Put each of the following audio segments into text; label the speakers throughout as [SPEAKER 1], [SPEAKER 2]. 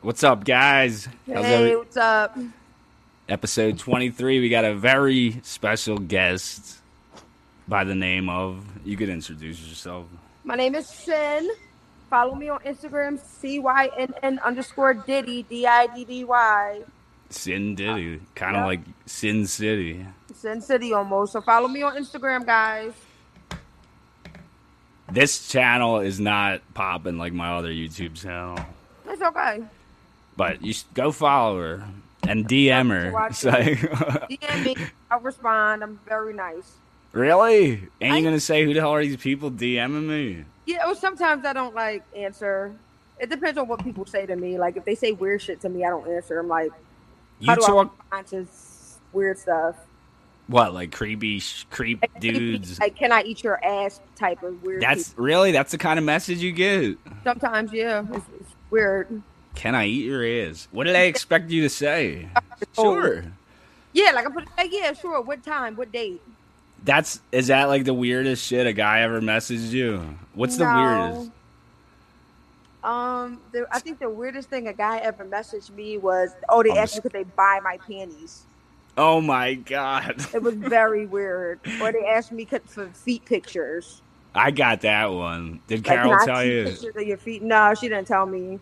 [SPEAKER 1] What's up, guys? How's
[SPEAKER 2] Hey,
[SPEAKER 1] every-
[SPEAKER 2] what's up?
[SPEAKER 1] episode 23. We got a very special guest by the name of. You could introduce yourself.
[SPEAKER 2] My name is Sin. Follow me on Instagram, C Y N N underscore Diddy, D I D D Y.
[SPEAKER 1] Sin Diddy. Kind of
[SPEAKER 2] Uh, yeah.
[SPEAKER 1] like Sin City.
[SPEAKER 2] Sin City almost. So follow me on Instagram, guys.
[SPEAKER 1] This channel is not popping like my other YouTube channel.
[SPEAKER 2] It's okay.
[SPEAKER 1] But you should go follow her and DM her. It's like,
[SPEAKER 2] DM me. I'll respond. I'm very nice.
[SPEAKER 1] really? Ain't
[SPEAKER 2] I-
[SPEAKER 1] you gonna say who the hell are these people DMing me?
[SPEAKER 2] Yeah, or sometimes I don't like answer. It depends on what people say to me. Like if they say weird shit to me, I don't answer. I'm like,
[SPEAKER 1] You
[SPEAKER 2] how do
[SPEAKER 1] talk
[SPEAKER 2] I respond to s- weird stuff?
[SPEAKER 1] what like creepy sh- creep
[SPEAKER 2] Like,
[SPEAKER 1] dudes?
[SPEAKER 2] like can I eat your ass type of weird.
[SPEAKER 1] That's
[SPEAKER 2] people.
[SPEAKER 1] really that's the kind of message you get.
[SPEAKER 2] sometimes yeah, it's, it's weird.
[SPEAKER 1] Can I eat your ass? What did I expect you to say?
[SPEAKER 2] Oh.
[SPEAKER 1] Sure.
[SPEAKER 2] Yeah, like I put like yeah, sure. What time? What date?
[SPEAKER 1] That's is that like the weirdest shit a guy ever messaged you? What's the
[SPEAKER 2] No.
[SPEAKER 1] weirdest?
[SPEAKER 2] Um, the, I think the weirdest thing a guy ever messaged me was, oh, they
[SPEAKER 1] I'm
[SPEAKER 2] asked me
[SPEAKER 1] just-
[SPEAKER 2] could they buy my panties.
[SPEAKER 1] Oh my god.
[SPEAKER 2] It was very weird. Or they asked me could for feet pictures.
[SPEAKER 1] I got that one. Did
[SPEAKER 2] Like,
[SPEAKER 1] Carol
[SPEAKER 2] can I
[SPEAKER 1] tell
[SPEAKER 2] see
[SPEAKER 1] you?
[SPEAKER 2] pictures of your feet. No, she didn't tell me.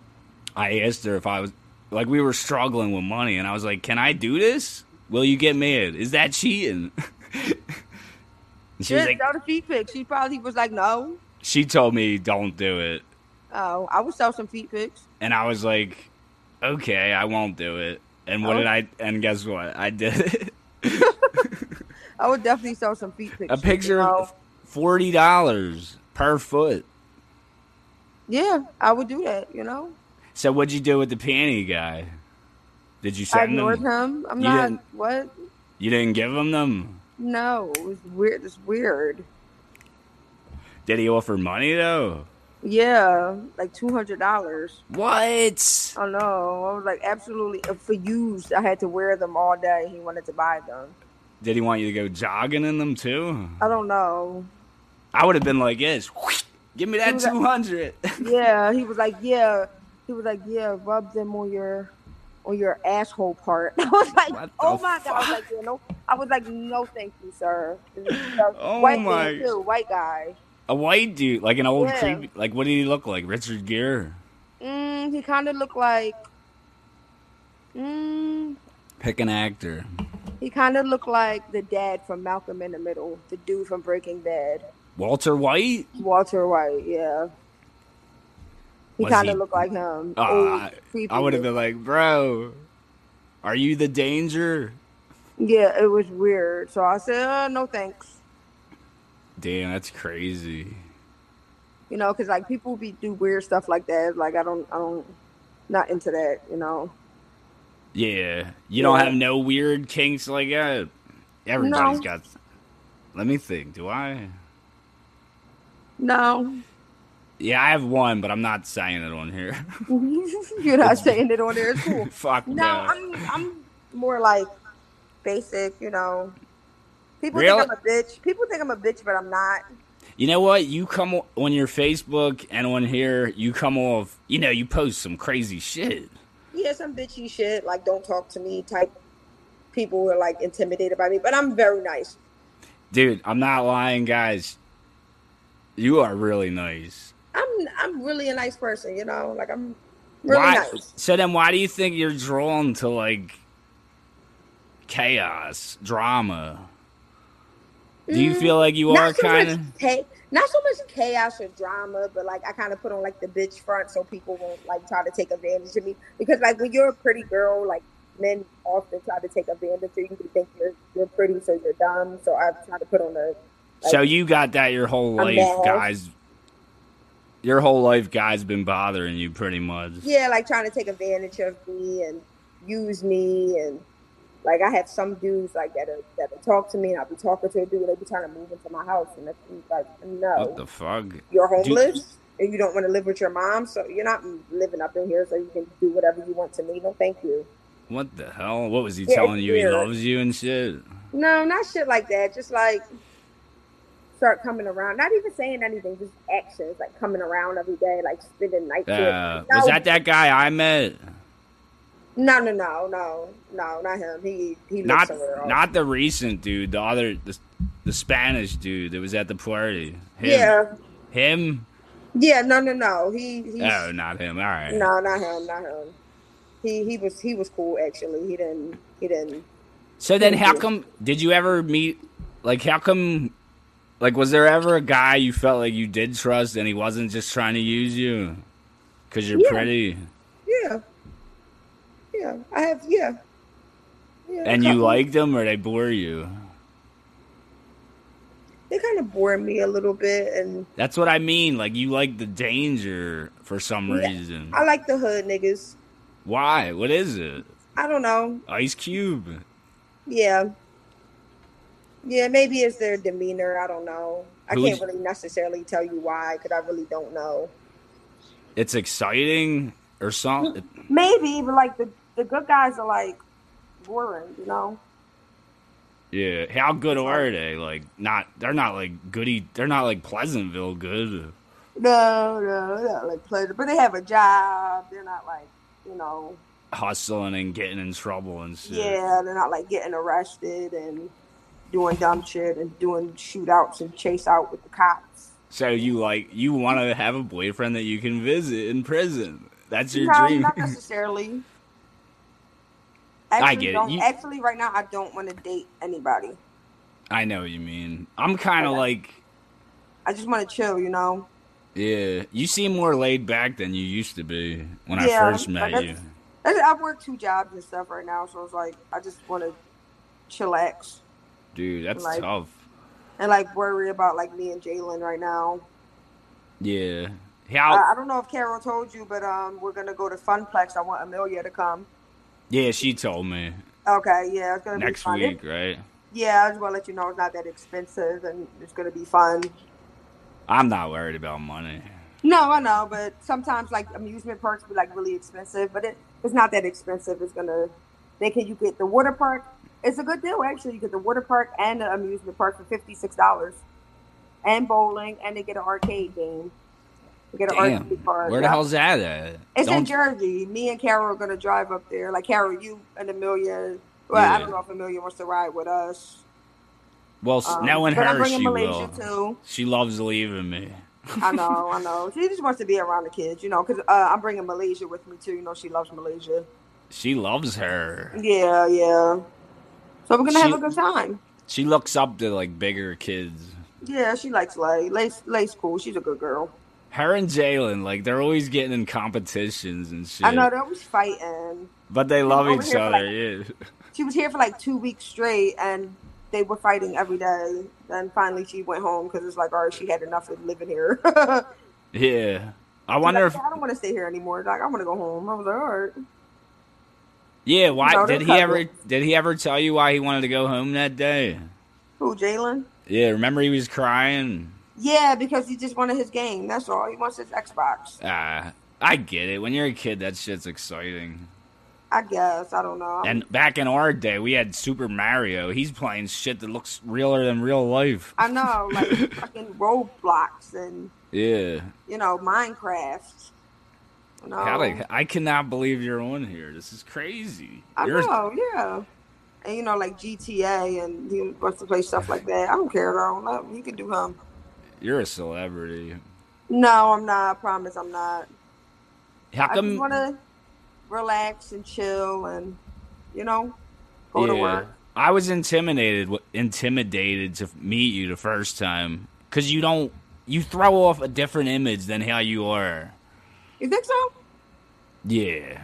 [SPEAKER 1] I asked her if I was like we were struggling with money and I was like, "Can I do this? Will you get mad? Is that cheating?" And she
[SPEAKER 2] She
[SPEAKER 1] was like
[SPEAKER 2] didn't sell the feet pics. She probably was like, no.
[SPEAKER 1] she told me don't do it.
[SPEAKER 2] Oh, I would sell some feet pics.
[SPEAKER 1] And I was like, "Okay, I won't do it." And what
[SPEAKER 2] Oh.
[SPEAKER 1] did I and guess what? I did it.
[SPEAKER 2] I would definitely sell some feet
[SPEAKER 1] a
[SPEAKER 2] pictures.
[SPEAKER 1] picture
[SPEAKER 2] you know?
[SPEAKER 1] of forty dollars per foot.
[SPEAKER 2] Yeah, I would do that. You know,
[SPEAKER 1] So what'd you do with the panty guy? Did you
[SPEAKER 2] I
[SPEAKER 1] send
[SPEAKER 2] ignored
[SPEAKER 1] them?
[SPEAKER 2] him. I'm
[SPEAKER 1] You
[SPEAKER 2] not.
[SPEAKER 1] didn't-
[SPEAKER 2] What?
[SPEAKER 1] You didn't give him them.
[SPEAKER 2] No, it was weird. It's weird.
[SPEAKER 1] Did he offer money though?
[SPEAKER 2] Yeah, like two hundred dollars.
[SPEAKER 1] What?
[SPEAKER 2] Oh no, I was like absolutely uh, for used. I had to wear them all day. He wanted to buy them.
[SPEAKER 1] Did he want you to go jogging in them too?
[SPEAKER 2] I don't know.
[SPEAKER 1] I would have been like, yes, give me that
[SPEAKER 2] was like-
[SPEAKER 1] two hundred.
[SPEAKER 2] Yeah, he was like, yeah, he was like, yeah, rub them on your on your asshole part. I was like,
[SPEAKER 1] What the
[SPEAKER 2] oh my god. I was like, yeah, no. I was like, no, thank you, sir.
[SPEAKER 1] Oh
[SPEAKER 2] white man,
[SPEAKER 1] my-
[SPEAKER 2] too, white guy.
[SPEAKER 1] A white dude, like an old
[SPEAKER 2] Yeah.
[SPEAKER 1] creepy. Like what did he look like? Richard Gere.
[SPEAKER 2] Mm, he kind of looked like. Mm,
[SPEAKER 1] Pick an actor.
[SPEAKER 2] he kind of looked like the dad from Malcolm in the Middle, the dude from Breaking Bad.
[SPEAKER 1] Walter White.
[SPEAKER 2] Walter White, yeah. He
[SPEAKER 1] Was
[SPEAKER 2] kind
[SPEAKER 1] he-
[SPEAKER 2] of looked like him.
[SPEAKER 1] Ah,
[SPEAKER 2] Old,
[SPEAKER 1] I-
[SPEAKER 2] creepy.
[SPEAKER 1] I would have been like, bro, are you the danger?
[SPEAKER 2] Yeah, it was weird. So I said, uh, no thanks.
[SPEAKER 1] Damn, that's crazy.
[SPEAKER 2] You know, because like people be do weird stuff like that. Like I don't, I don't, not into that. You know.
[SPEAKER 1] Yeah, you don't
[SPEAKER 2] Yeah.
[SPEAKER 1] have no weird kinks like that. Everybody's
[SPEAKER 2] No.
[SPEAKER 1] got. Let me think. Do I?
[SPEAKER 2] No,
[SPEAKER 1] Yeah, I have one, but I'm not saying it on here.
[SPEAKER 2] you're not saying it on there. It's cool.
[SPEAKER 1] Fuck
[SPEAKER 2] No,
[SPEAKER 1] no.
[SPEAKER 2] I'm, I'm more like basic. You know. People
[SPEAKER 1] Really?
[SPEAKER 2] think I'm a bitch. People think I'm a bitch, but I'm not.
[SPEAKER 1] You know what? You come o- on your Facebook and on here, you come off. You know, you post some crazy shit.
[SPEAKER 2] yeah, some bitchy shit, like don't talk to me type people who are like intimidated by me, but I'm very nice.
[SPEAKER 1] Dude, I'm not lying, guys. You are really nice.
[SPEAKER 2] I'm I'm really a nice person, you know, like I'm really
[SPEAKER 1] why,
[SPEAKER 2] nice.
[SPEAKER 1] So then, why do you think you're drawn to like chaos, drama? Do you
[SPEAKER 2] Mm,
[SPEAKER 1] feel like you are
[SPEAKER 2] Not so,
[SPEAKER 1] kind
[SPEAKER 2] much
[SPEAKER 1] of?
[SPEAKER 2] cha- not so much chaos or drama, but like I kind of put on like the bitch front so people won't like try to take advantage of me. Because like when you're a pretty girl, like men often try to take advantage of you. You think you're you're pretty, so you're dumb. So I try to put on a
[SPEAKER 1] So you got that your whole
[SPEAKER 2] I'm
[SPEAKER 1] life,
[SPEAKER 2] bad.
[SPEAKER 1] guys. Your whole life, guys, been bothering you pretty much.
[SPEAKER 2] yeah, like trying to take advantage of me and use me and like I have some dudes like that are, that will talk to me and I'll be talking to a dude and they be trying to move into my house and that's like
[SPEAKER 1] What
[SPEAKER 2] no,
[SPEAKER 1] the fuck?
[SPEAKER 2] you're homeless and you don't want to live with your mom, so you're not living up in here so you can do whatever you want to me. No, thank you.
[SPEAKER 1] What the hell? What was he
[SPEAKER 2] Yeah,
[SPEAKER 1] telling
[SPEAKER 2] it's
[SPEAKER 1] you? He
[SPEAKER 2] weird.
[SPEAKER 1] loves you and shit.
[SPEAKER 2] No, not shit like that. Just like start coming around, not even saying anything, just actions like coming around every day, like spending nights.
[SPEAKER 1] Uh,
[SPEAKER 2] No,
[SPEAKER 1] Was that that guy I met?
[SPEAKER 2] No, no, no, no, no, not him. He he lives
[SPEAKER 1] Not
[SPEAKER 2] somewhere else.
[SPEAKER 1] not the recent dude, the other the, the Spanish dude that was at the party. Him.
[SPEAKER 2] yeah,
[SPEAKER 1] Him?
[SPEAKER 2] yeah, no, no, no. He he's,
[SPEAKER 1] Oh, not him. All right.
[SPEAKER 2] no, not him, not him. He he was he was cool actually. He didn't he didn't.
[SPEAKER 1] So then, how
[SPEAKER 2] Mhm.
[SPEAKER 1] come did you ever meet? Like, how come? Like, was there ever a guy you felt like you did trust, and he wasn't just trying to use you because you're
[SPEAKER 2] Yeah.
[SPEAKER 1] pretty
[SPEAKER 2] Yeah, yeah. I have yeah. yeah
[SPEAKER 1] and
[SPEAKER 2] a
[SPEAKER 1] you
[SPEAKER 2] couple.
[SPEAKER 1] liked him, or they bore you?
[SPEAKER 2] they kind of bore me a little bit, and
[SPEAKER 1] That's what I mean. Like, you like the danger for some
[SPEAKER 2] Yeah.
[SPEAKER 1] reason.
[SPEAKER 2] I like the hood niggas.
[SPEAKER 1] Why? What is it?
[SPEAKER 2] I don't know.
[SPEAKER 1] Ice Cube.
[SPEAKER 2] Yeah, yeah. Maybe it's their demeanor. I don't know. I
[SPEAKER 1] Who would
[SPEAKER 2] can't
[SPEAKER 1] you-
[SPEAKER 2] really necessarily tell you why because I really don't know.
[SPEAKER 1] It's exciting or something.
[SPEAKER 2] Maybe, but like the the good guys are like boring, you know.
[SPEAKER 1] Yeah. How good are they? Like, not. They're not like goody. They're not like Pleasantville good.
[SPEAKER 2] No, no, no, like pleasure. But they have a job. They're not like, you know,
[SPEAKER 1] Hustling and getting in trouble and shit.
[SPEAKER 2] yeah, they're not like getting arrested and doing dumb shit and doing shootouts and chase out with the cops.
[SPEAKER 1] So you like you want to have a boyfriend that you can visit in prison. That's your
[SPEAKER 2] no,
[SPEAKER 1] dream.
[SPEAKER 2] not necessarily. Actually,
[SPEAKER 1] I get it.
[SPEAKER 2] don't-
[SPEAKER 1] You-
[SPEAKER 2] Actually, right now, I don't want to date anybody.
[SPEAKER 1] I know what you mean. I'm kind of
[SPEAKER 2] Okay.
[SPEAKER 1] like
[SPEAKER 2] I just want to chill, you know.
[SPEAKER 1] yeah. You seem more laid back than you used to be when I
[SPEAKER 2] Yeah,
[SPEAKER 1] first
[SPEAKER 2] like
[SPEAKER 1] met you.
[SPEAKER 2] that's- I I work two jobs and stuff right now, so it's like I just want to chillax
[SPEAKER 1] Dude, that's
[SPEAKER 2] like-
[SPEAKER 1] tough.
[SPEAKER 2] and like worry about like me and Jalen right now.
[SPEAKER 1] Yeah.
[SPEAKER 2] Uh,
[SPEAKER 1] How?
[SPEAKER 2] I don't know if Carol told you, but um, we're gonna go to Funplex. I want Amelia to come.
[SPEAKER 1] yeah, she told me
[SPEAKER 2] Okay, yeah, it's gonna be
[SPEAKER 1] next
[SPEAKER 2] fun.
[SPEAKER 1] week, right?
[SPEAKER 2] Yeah, I just want to let you know it's not that expensive and it's gonna be fun.
[SPEAKER 1] I'm not worried about money.
[SPEAKER 2] No, I know, but sometimes like amusement parks be like really expensive, but it, it's not that expensive. It's gonna they can you get the water park. It's a good deal actually. You get the water park and the amusement park for fifty six dollars, and bowling, and they get an arcade game. They get an
[SPEAKER 1] Damn.
[SPEAKER 2] arcade card.
[SPEAKER 1] Where the
[SPEAKER 2] Yeah.
[SPEAKER 1] hell's that at?
[SPEAKER 2] It's
[SPEAKER 1] Don't-
[SPEAKER 2] in Jersey. Me and Carol are gonna drive up there. Like Carol, you and Amelia. Well, I
[SPEAKER 1] Yeah.
[SPEAKER 2] don't know if Amelia wants to ride with us.
[SPEAKER 1] well, s
[SPEAKER 2] Um,
[SPEAKER 1] knowing
[SPEAKER 2] but I'm
[SPEAKER 1] her,
[SPEAKER 2] bringing
[SPEAKER 1] she will.
[SPEAKER 2] Malaysia too.
[SPEAKER 1] She loves leaving me.
[SPEAKER 2] I know, I know. She just wants to be around the kids, you know. Because uh, I'm bringing Malaysia with me too. You know, she loves Malaysia.
[SPEAKER 1] She loves her.
[SPEAKER 2] Yeah, yeah. So we're gonna
[SPEAKER 1] She-
[SPEAKER 2] have a good time.
[SPEAKER 1] She looks up to like bigger kids.
[SPEAKER 2] Yeah, she likes Lay. Lay's, Lay's cool. She's a good girl.
[SPEAKER 1] Her and Jalen, like they're always getting in competitions and shit.
[SPEAKER 2] I know they're always fighting.
[SPEAKER 1] But they love
[SPEAKER 2] over
[SPEAKER 1] each
[SPEAKER 2] here for,
[SPEAKER 1] other. yeah.
[SPEAKER 2] She was here for like two weeks straight, and they were fighting every day. Then finally, she went home because it's like, all right, she had enough of living here.
[SPEAKER 1] Yeah. I
[SPEAKER 2] She's
[SPEAKER 1] wonder
[SPEAKER 2] like,
[SPEAKER 1] if
[SPEAKER 2] "Yeah, I don't want to stay here anymore. Like I want to go home. I was like, all right.
[SPEAKER 1] Yeah, why
[SPEAKER 2] No, they're
[SPEAKER 1] did he ever
[SPEAKER 2] cousins.
[SPEAKER 1] did he ever tell you why he wanted to go home that day?
[SPEAKER 2] Who, Jalen?
[SPEAKER 1] Yeah, remember he was crying?
[SPEAKER 2] Yeah, because he just wanted his game. That's all. He wants his Xbox.
[SPEAKER 1] Ah, I get it. When you're a kid that shit's exciting.
[SPEAKER 2] I guess. I don't know.
[SPEAKER 1] And back in our day we had Super Mario. He's playing shit that looks realer than real life.
[SPEAKER 2] I know, like fucking Roblox and
[SPEAKER 1] Yeah.
[SPEAKER 2] you know Minecraft. No,
[SPEAKER 1] God, I, I cannot believe you're on here. This is crazy.
[SPEAKER 2] I
[SPEAKER 1] You're-
[SPEAKER 2] know, yeah. And you know, like GTA, and he wants to play stuff like that. I don't care though. No, he can do him.
[SPEAKER 1] you're a celebrity.
[SPEAKER 2] No, I'm not. I promise, I'm not.
[SPEAKER 1] How
[SPEAKER 2] I
[SPEAKER 1] come
[SPEAKER 2] just want to relax and chill, and you know, go to work.
[SPEAKER 1] I was intimidated intimidated to meet you the first time cuz you don't you throw off a different image than how you are.
[SPEAKER 2] You think so?
[SPEAKER 1] Yeah.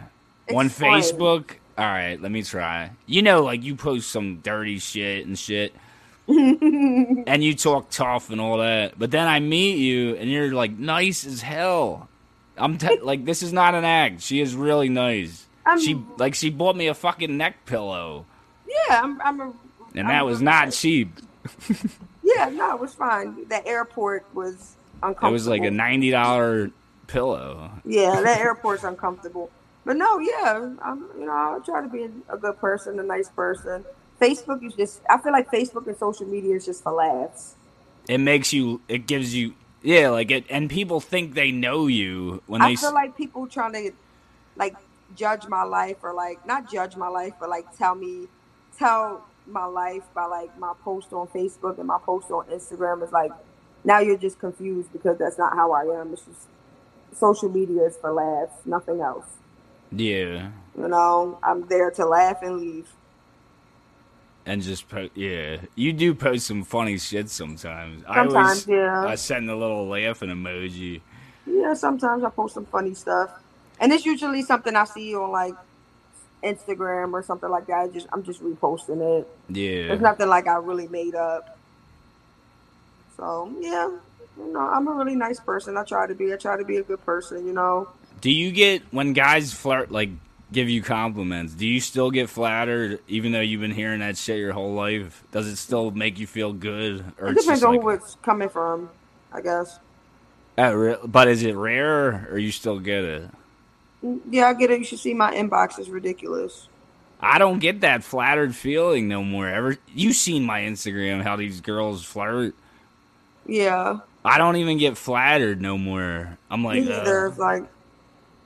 [SPEAKER 1] On
[SPEAKER 2] Explain.
[SPEAKER 1] Facebook, all right, let me try. You know like you post some dirty shit and shit and you talk tough and all that, but then I meet you and you're like nice as hell. I'm t- like this is not an act. She is really nice.
[SPEAKER 2] I'm-
[SPEAKER 1] she like she bought me a fucking neck pillow
[SPEAKER 2] yeah, I'm. I'm a,
[SPEAKER 1] and
[SPEAKER 2] I'm
[SPEAKER 1] that
[SPEAKER 2] a-
[SPEAKER 1] was not cheap.
[SPEAKER 2] Yeah, no, it was fine. The airport was uncomfortable.
[SPEAKER 1] It was like a ninety dollar pillow.
[SPEAKER 2] Yeah, that airport's uncomfortable. But no, yeah, I'm, you know, I try to be a good person, a nice person. Facebook is just, I feel like Facebook and social media is just for laughs.
[SPEAKER 1] It makes you. It gives you. Yeah, like it, and people think they know you when
[SPEAKER 2] I
[SPEAKER 1] they. s
[SPEAKER 2] feel like people trying to, like, judge my life or like not judge my life, but like tell me, tell my life by like my post on Facebook and my post on Instagram is like, now you're just confused because that's not how I am. It's just social media is for laughs, nothing else.
[SPEAKER 1] Yeah.
[SPEAKER 2] You know, I'm there to laugh and leave.
[SPEAKER 1] And just po- yeah, you do post some funny shit sometimes.
[SPEAKER 2] Sometimes,
[SPEAKER 1] I always
[SPEAKER 2] yeah.
[SPEAKER 1] I send a little laughing emoji.
[SPEAKER 2] Yeah, sometimes I post some funny stuff, and it's usually something I see on like Instagram or something like that. I just I'm just reposting it.
[SPEAKER 1] Yeah.
[SPEAKER 2] It's nothing like I really made up. So yeah, you know I'm a really nice person. I try to be. I try to be a good person. You know,
[SPEAKER 1] Do you get when guys flirt like give you compliments? Do you still get flattered even though you've been hearing that shit your whole life? Does it still make you feel good? Or
[SPEAKER 2] it
[SPEAKER 1] it's
[SPEAKER 2] depends
[SPEAKER 1] just
[SPEAKER 2] on
[SPEAKER 1] like,
[SPEAKER 2] who it's coming from. I guess.
[SPEAKER 1] Oh, re- but is it rare or you still get it?
[SPEAKER 2] Mm, Yeah, I get it. You should see my inbox is ridiculous.
[SPEAKER 1] I don't get that flattered feeling no more. Ever you seen my Instagram? How these girls flirt?
[SPEAKER 2] Yeah,
[SPEAKER 1] I don't even get flattered no more. I'm like,
[SPEAKER 2] me
[SPEAKER 1] uh,
[SPEAKER 2] either. It's like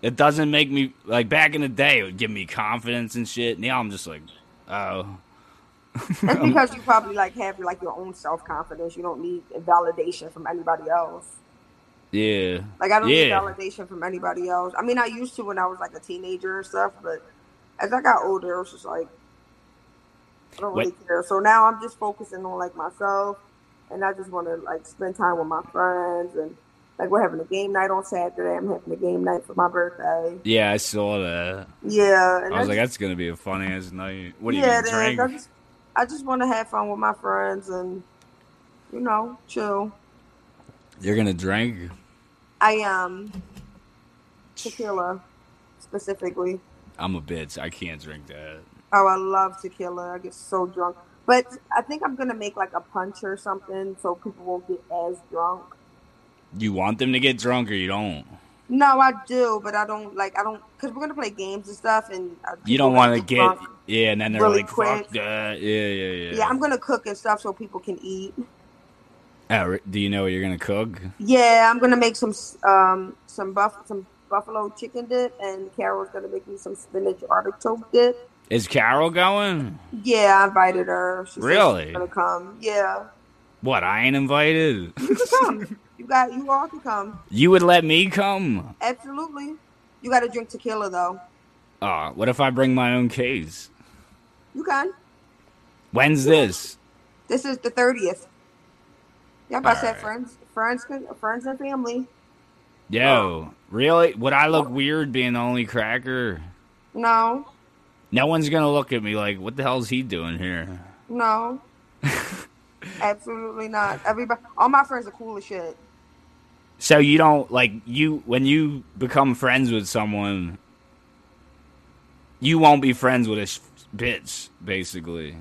[SPEAKER 1] it doesn't make me like back in the day. It would give me confidence and shit. Now I'm just like, oh,
[SPEAKER 2] it's because you probably like have like your own self confidence. You don't need validation from anybody else.
[SPEAKER 1] yeah,
[SPEAKER 2] Like I don't
[SPEAKER 1] yeah.
[SPEAKER 2] need validation from anybody else. I mean, I used to when I was like a teenager and stuff, but as I got older, it was just like I don't really care. So now I'm just focusing on like myself, and I just want to like spend time with my friends and like we're having a game night on Saturday. I'm having a game night for my birthday.
[SPEAKER 1] Yeah, I saw that.
[SPEAKER 2] Yeah, and
[SPEAKER 1] I was like,
[SPEAKER 2] just-
[SPEAKER 1] that's gonna be a fun ass night. What are you
[SPEAKER 2] yeah, it is.
[SPEAKER 1] gonna
[SPEAKER 2] I
[SPEAKER 1] drink?
[SPEAKER 2] just I just want to have fun with my friends and you know chill.
[SPEAKER 1] You're gonna drink?
[SPEAKER 2] I am um, tequila specifically.
[SPEAKER 1] I'm a bitch. I can't drink that.
[SPEAKER 2] Oh, I love tequila. I get so drunk. But I think I'm gonna make like a punch or something so people won't get as drunk.
[SPEAKER 1] You want them to get drunk or you don't?
[SPEAKER 2] No, I do, but I don't like I don't because we're gonna play games and stuff, and uh,
[SPEAKER 1] You
[SPEAKER 2] people
[SPEAKER 1] don't want to
[SPEAKER 2] gonna
[SPEAKER 1] get
[SPEAKER 2] drunk.
[SPEAKER 1] yeah, and then they're
[SPEAKER 2] really
[SPEAKER 1] like, fuck
[SPEAKER 2] quick.
[SPEAKER 1] that. Yeah, yeah, yeah.
[SPEAKER 2] Yeah. I'm gonna cook and stuff so people can eat.
[SPEAKER 1] Oh, re- do you know what you're gonna cook?
[SPEAKER 2] Yeah, I'm gonna make some um some buff some buffalo chicken dip, and Carol's gonna make me some spinach artichoke dip.
[SPEAKER 1] Is Carol going?
[SPEAKER 2] Yeah, I invited her. She said she's
[SPEAKER 1] Really?
[SPEAKER 2] gonna come. Yeah,
[SPEAKER 1] What? I ain't invited.
[SPEAKER 2] you can come. you got you all can come.
[SPEAKER 1] you would let me come?
[SPEAKER 2] Absolutely. You got to drink tequila though.
[SPEAKER 1] Oh, what if I bring my own case?
[SPEAKER 2] You can.
[SPEAKER 1] When's this?
[SPEAKER 2] This is the thirtieth. Yep, I
[SPEAKER 1] All
[SPEAKER 2] said
[SPEAKER 1] right.
[SPEAKER 2] friends, friends, can- friends and family. Oh.
[SPEAKER 1] Yo, really? Would I look weird being the only cracker?
[SPEAKER 2] No,
[SPEAKER 1] No one's gonna look at me like, what the hell's he doing here?
[SPEAKER 2] no, absolutely not. Everybody, all my friends are cool as shit.
[SPEAKER 1] So you don't like you when you become friends with someone, you won't be friends with a sh- bitch, basically.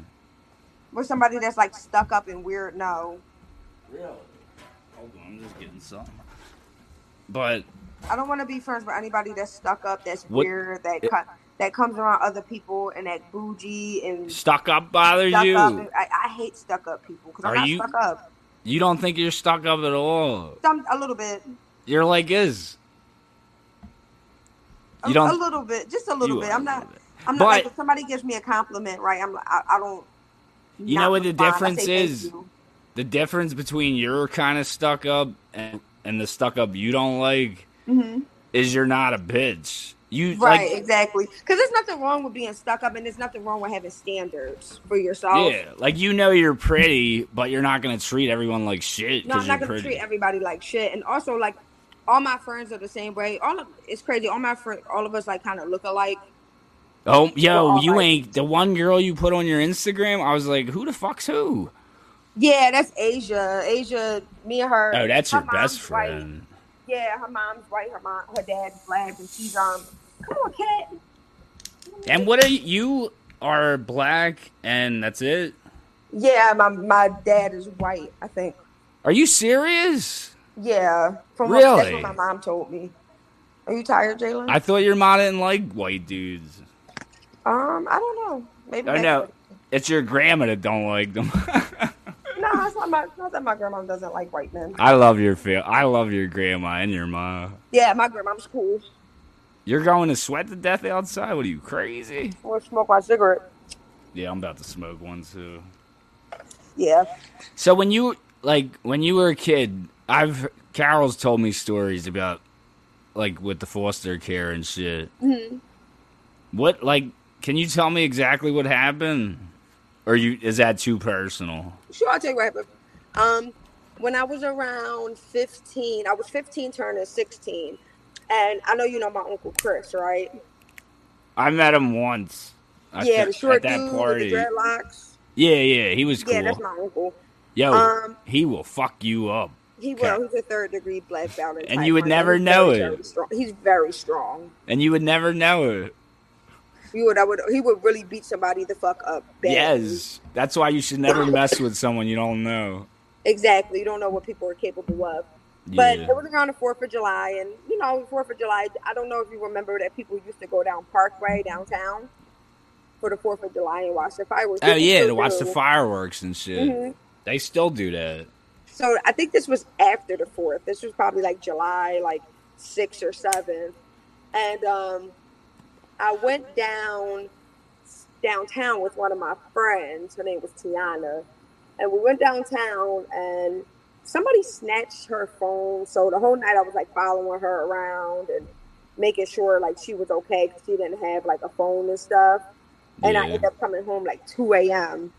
[SPEAKER 2] With somebody that's like stuck up and weird, no,
[SPEAKER 1] Really? Hold on, I'm just getting something. But
[SPEAKER 2] I don't want to be friends with anybody that's stuck up, that's
[SPEAKER 1] What-
[SPEAKER 2] weird, that cut, that comes around other people and that bougie and
[SPEAKER 1] stuck up bothers
[SPEAKER 2] stuck
[SPEAKER 1] you?
[SPEAKER 2] up. and- I, I hate stuck up people because I'm
[SPEAKER 1] Are
[SPEAKER 2] not
[SPEAKER 1] you-
[SPEAKER 2] stuck up.
[SPEAKER 1] You don't think you're stuck up at all.
[SPEAKER 2] Some a little bit,
[SPEAKER 1] You're like is.
[SPEAKER 2] a,
[SPEAKER 1] You don't.
[SPEAKER 2] a little bit, just a little
[SPEAKER 1] you
[SPEAKER 2] bit.
[SPEAKER 1] are a
[SPEAKER 2] I'm not.
[SPEAKER 1] bit.
[SPEAKER 2] I'm
[SPEAKER 1] But-
[SPEAKER 2] not like if somebody gives me a compliment, right? I'm like, I, I don't.
[SPEAKER 1] You
[SPEAKER 2] not
[SPEAKER 1] know what the
[SPEAKER 2] respond. I
[SPEAKER 1] difference
[SPEAKER 2] say thank
[SPEAKER 1] is?
[SPEAKER 2] you.
[SPEAKER 1] The difference between your kind of stuck up and and the stuck up you don't like
[SPEAKER 2] Mhm.
[SPEAKER 1] is you're not a bitch. You
[SPEAKER 2] Right,
[SPEAKER 1] like
[SPEAKER 2] exactly. Because there's nothing wrong with being stuck up, and there's nothing wrong with having standards for yourself.
[SPEAKER 1] yeah, like you know you're pretty, but you're not gonna treat everyone like shit
[SPEAKER 2] No, I'm
[SPEAKER 1] because
[SPEAKER 2] not
[SPEAKER 1] you're
[SPEAKER 2] gonna
[SPEAKER 1] pretty.
[SPEAKER 2] treat everybody like shit. And also, like, all my friends are the same way. All of it's crazy. All my friends, all of us, like, kind of look alike.
[SPEAKER 1] oh, yo,
[SPEAKER 2] all
[SPEAKER 1] you
[SPEAKER 2] like-
[SPEAKER 1] ain't the one girl you put on your Instagram. I was like, who the fuck's who?
[SPEAKER 2] Yeah, that's Asia. Asia, me and her.
[SPEAKER 1] Oh, that's
[SPEAKER 2] her
[SPEAKER 1] your best
[SPEAKER 2] mom's white.
[SPEAKER 1] friend.
[SPEAKER 2] Yeah, her mom's white. Her mom, her dad's black, and she's um. Come on, cat.
[SPEAKER 1] And what are you, you are black and that's it?
[SPEAKER 2] Yeah, my my dad is white. I think.
[SPEAKER 1] Are you serious?
[SPEAKER 2] Yeah, from what- that's
[SPEAKER 1] Really?
[SPEAKER 2] what my mom told me. Are you tired, Jalen?
[SPEAKER 1] I thought your mom didn't like white dudes.
[SPEAKER 2] Um, I don't know. Maybe.
[SPEAKER 1] Oh
[SPEAKER 2] that's
[SPEAKER 1] no,
[SPEAKER 2] what-
[SPEAKER 1] it's your grandma that don't like them.
[SPEAKER 2] No, it's not my. It's not that my grandma doesn't like white men.
[SPEAKER 1] I love your feel. I love your grandma and your mom.
[SPEAKER 2] Yeah, my grandma's cool.
[SPEAKER 1] You're going to sweat to death outside? What are you crazy?
[SPEAKER 2] I'm gonna smoke my cigarette.
[SPEAKER 1] Yeah, I'm about to smoke one too.
[SPEAKER 2] Yeah.
[SPEAKER 1] So when you like when you were a kid, I've Carol's told me stories about like with the foster care and shit.
[SPEAKER 2] hmm
[SPEAKER 1] What like can you tell me exactly what happened? Or you is that too personal?
[SPEAKER 2] Sure, I'll tell you what happened. Um, when I was around 15, I was 15 turning 16. And I know you know my Uncle Chris, right?
[SPEAKER 1] I met him once. I
[SPEAKER 2] yeah,
[SPEAKER 1] th-
[SPEAKER 2] the short
[SPEAKER 1] at that
[SPEAKER 2] dude
[SPEAKER 1] party.
[SPEAKER 2] with the dreadlocks.
[SPEAKER 1] yeah, yeah, he was cool.
[SPEAKER 2] Yeah, that's my uncle.
[SPEAKER 1] Yo,
[SPEAKER 2] Um,
[SPEAKER 1] he will fuck you up.
[SPEAKER 2] He
[SPEAKER 1] Okay.
[SPEAKER 2] will. He's a third degree black belt. in
[SPEAKER 1] And
[SPEAKER 2] Taekwondo.
[SPEAKER 1] you would never
[SPEAKER 2] He's
[SPEAKER 1] know
[SPEAKER 2] very,
[SPEAKER 1] it.
[SPEAKER 2] very strong. He's very strong.
[SPEAKER 1] And you would never know it.
[SPEAKER 2] You would, I would, he would really beat somebody the fuck up. bad.
[SPEAKER 1] Yes. That's why you should never mess with someone you don't know.
[SPEAKER 2] exactly. You don't know what people are capable of. But
[SPEAKER 1] Yeah.
[SPEAKER 2] it was around the Fourth of July, and you know, Fourth of July. I don't know if you remember that people used to go down Parkway downtown for the Fourth of July and watch the fireworks.
[SPEAKER 1] Oh
[SPEAKER 2] People
[SPEAKER 1] yeah,
[SPEAKER 2] still
[SPEAKER 1] to watch
[SPEAKER 2] do.
[SPEAKER 1] the fireworks and shit.
[SPEAKER 2] Mhm.
[SPEAKER 1] They still do that.
[SPEAKER 2] So I think this was after the Fourth. This was probably like July, like six or seven, and um, I went down downtown with one of my friends. Her name was Tiana, and we went downtown and somebody snatched her phone. So the whole night I was like following her around and making sure like she was okay 'cause she didn't have like a phone and stuff. And I
[SPEAKER 1] Yeah.
[SPEAKER 2] ended up coming home like 2 a.m.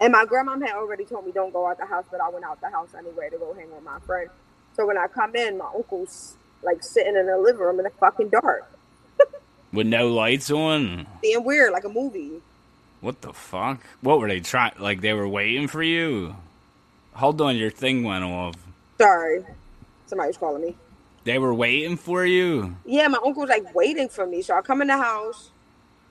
[SPEAKER 2] And my grandmom had already told me don't go out the house, but I went out the house anyway to go hang with my friend. So when I come in, my uncle's like sitting in the living room in the fucking dark,
[SPEAKER 1] With no lights on.
[SPEAKER 2] being weird like a movie.
[SPEAKER 1] What the fuck? What were they trying? Like they were waiting for you? Hold on, your thing went off.
[SPEAKER 2] Sorry, somebody's calling me.
[SPEAKER 1] They were waiting for you.
[SPEAKER 2] Yeah, my uncle's like waiting for me. So I come in the house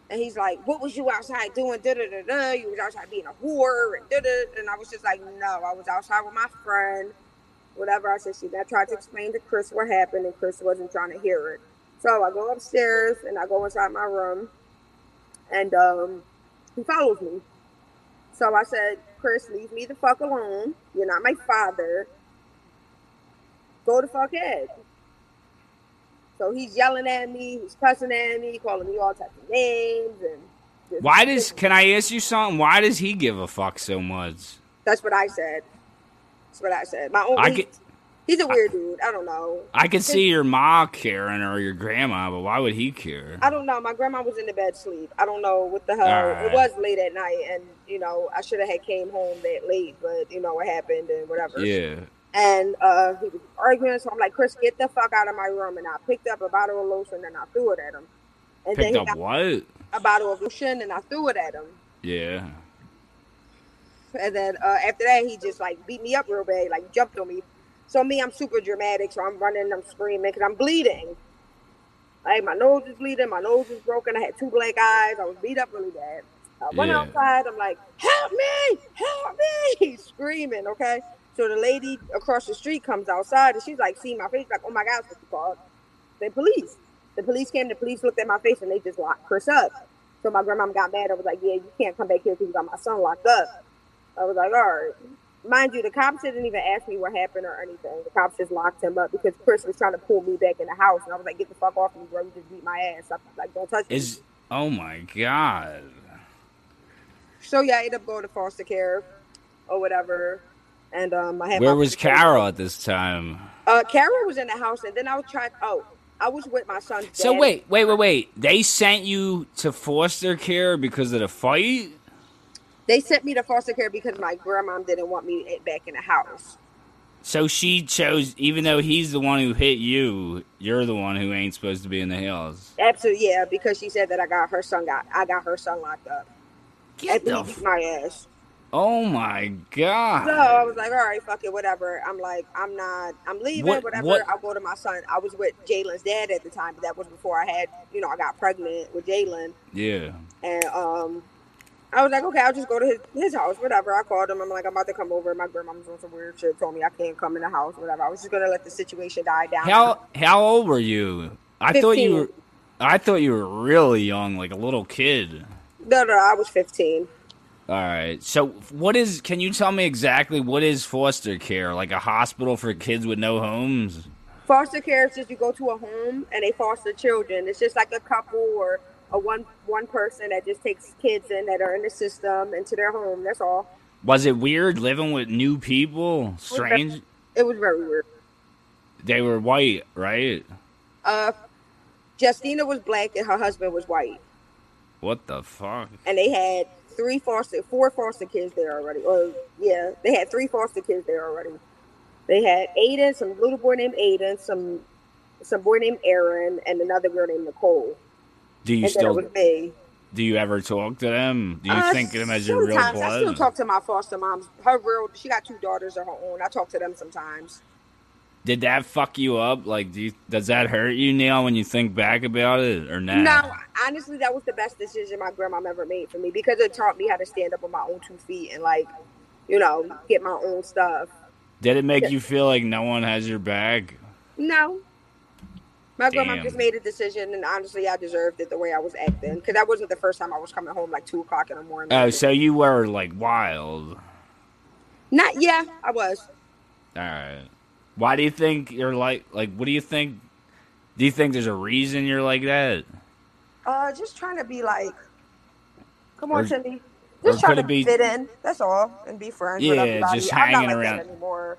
[SPEAKER 2] and he's like, What was you outside doing? Da da da da. You was outside being a whore and da da. And I was just like, No, I was outside with my friend. Whatever. I said, She I tried to explain to Chris what happened and Chris wasn't trying to hear it. So I go upstairs and I go inside my room and um, he follows me. So I said, Chris, leave me the fuck alone. You're not my father. Go to fuck head. So he's yelling at me, he's cussing at me, calling me all types of names, and just-
[SPEAKER 1] Why does? Can I ask you something? Why does he give a fuck so much?
[SPEAKER 2] that's what I said. That's what I said. My own.
[SPEAKER 1] I
[SPEAKER 2] he's,
[SPEAKER 1] get-
[SPEAKER 2] he's a weird dude. I don't know.
[SPEAKER 1] I could see your ma caring or your grandma, but why would he care?
[SPEAKER 2] I don't know. My grandma was in the bed sleep. I don't know what the hell.
[SPEAKER 1] Alright.
[SPEAKER 2] It was late at night, and you know I should have had came home that late, but you know what happened and whatever.
[SPEAKER 1] Yeah.
[SPEAKER 2] And uh, he was arguing, so I'm like, Chris, get the fuck out of my room. And I picked up a bottle of lotion and I threw it at him. And then
[SPEAKER 1] Picked
[SPEAKER 2] he
[SPEAKER 1] up
[SPEAKER 2] got
[SPEAKER 1] what?
[SPEAKER 2] a bottle of lotion and I threw it at him.
[SPEAKER 1] Yeah.
[SPEAKER 2] And then uh, after that, he just like beat me up real bad, like jumped on me. So me, I'm super dramatic. So I'm running, I'm screaming because I'm bleeding. Like my nose is bleeding, my nose is broken. I had two black eyes. I was beat up really bad. I went
[SPEAKER 1] Yeah.
[SPEAKER 2] outside. I'm like, help me, help me, screaming. Okay. So the lady across the street comes outside and she's like, see my face, like, oh my God, what you called? The police. The police came. The police looked at my face and they just locked Chris up. So my grandma got mad. I was like, yeah, you can't come back here because you got my son locked up. I was like, all right. Mind you, the cops didn't even ask me what happened or anything. The cops just locked him up because Chris was trying to pull me back in the house, and I was like, "Get the fuck off me, bro! You just beat my ass. I, like, don't touch me."
[SPEAKER 1] Is oh my god.
[SPEAKER 2] so yeah, I ended up going to foster care or whatever. And um, I had
[SPEAKER 1] Where
[SPEAKER 2] my-
[SPEAKER 1] was Carol at this time?
[SPEAKER 2] Uh, Carol was in the house, and then I was trying. Oh, I was with my son.
[SPEAKER 1] So wait, wait, wait, wait. They sent you to foster care because of the fight?
[SPEAKER 2] They sent me to foster care because my grandmom didn't want me back in the house.
[SPEAKER 1] So she chose even though he's the one who hit you, you're the one who ain't supposed to be in the hills.
[SPEAKER 2] Absolutely, yeah, because she said that I got her son got I got her son locked up.
[SPEAKER 1] Get the f-
[SPEAKER 2] After he
[SPEAKER 1] Ah.
[SPEAKER 2] beat my ass.
[SPEAKER 1] Oh my
[SPEAKER 2] So
[SPEAKER 1] god.
[SPEAKER 2] I was like, all right, fuck it, whatever. I'm like, I'm not, I'm leaving,
[SPEAKER 1] What-
[SPEAKER 2] whatever.
[SPEAKER 1] what-
[SPEAKER 2] I'll go to my son. I was with Jalen's dad at the time, but that was before I had, you know, I got pregnant with Jalen.
[SPEAKER 1] Yeah.
[SPEAKER 2] And um, I was like, okay, I'll just go to his, his house, whatever. I called him. I'm like, I'm about to come over. My grandmom's doing some weird shit, told me I can't come in the house, whatever. I was just going to let the situation die down.
[SPEAKER 1] How how old were you? I thought you were
[SPEAKER 2] 15.
[SPEAKER 1] I thought you were really young, like a little kid.
[SPEAKER 2] No, no, I was 15.
[SPEAKER 1] All right. So, what is? Can you tell me exactly what is foster care? Like a hospital for kids with no homes?
[SPEAKER 2] Foster care is just you go to a home and they foster children. It's just like a couple or a one one person that just takes kids in that are in the system into their home. That's all.
[SPEAKER 1] Was it weird living with new people? Strange.
[SPEAKER 2] It was very weird.
[SPEAKER 1] They were white, right?
[SPEAKER 2] Uh, Justina was black and her husband was white,
[SPEAKER 1] What the fuck?
[SPEAKER 2] and they had three foster, four foster kids there already. Or yeah, they had three foster kids there already. They had Aiden, some little boy named Aiden, some some boy named Aaron, and another girl named Nicole.
[SPEAKER 1] Do you
[SPEAKER 2] and then it
[SPEAKER 1] still
[SPEAKER 2] was me.
[SPEAKER 1] do you ever talk to them? Do you
[SPEAKER 2] Uh,
[SPEAKER 1] think of them as your real
[SPEAKER 2] sometimes I still
[SPEAKER 1] blood?
[SPEAKER 2] talk to my foster moms. Her real, she got two daughters of her own. I talk to them sometimes.
[SPEAKER 1] Did that fuck you up? Like, do you, does that hurt you now when you think back about it, or nah?
[SPEAKER 2] No, honestly, that was the best decision my grandma ever made for me because it taught me how to stand up on my own two feet and like, you know, get my own stuff.
[SPEAKER 1] Did it make you feel like no one has your back?
[SPEAKER 2] No. My grandma
[SPEAKER 1] Damn.
[SPEAKER 2] just made a decision, and honestly, I deserved it the way I was acting because that wasn't the first time I was coming home like two o'clock in the morning.
[SPEAKER 1] Oh, so you were like wild. All
[SPEAKER 2] not yeah, I was.
[SPEAKER 1] right. Why do you think you're like like? What do you think? Do you think there's a reason you're like that?
[SPEAKER 2] Uh, just trying to be like, come
[SPEAKER 1] Or-
[SPEAKER 2] on, Timmy.
[SPEAKER 1] or
[SPEAKER 2] Just trying
[SPEAKER 1] could it
[SPEAKER 2] to
[SPEAKER 1] be-
[SPEAKER 2] fit in. That's all, and be friends. with
[SPEAKER 1] Yeah,
[SPEAKER 2] everybody.
[SPEAKER 1] just
[SPEAKER 2] I'm not
[SPEAKER 1] hanging
[SPEAKER 2] like
[SPEAKER 1] around.
[SPEAKER 2] that anymore.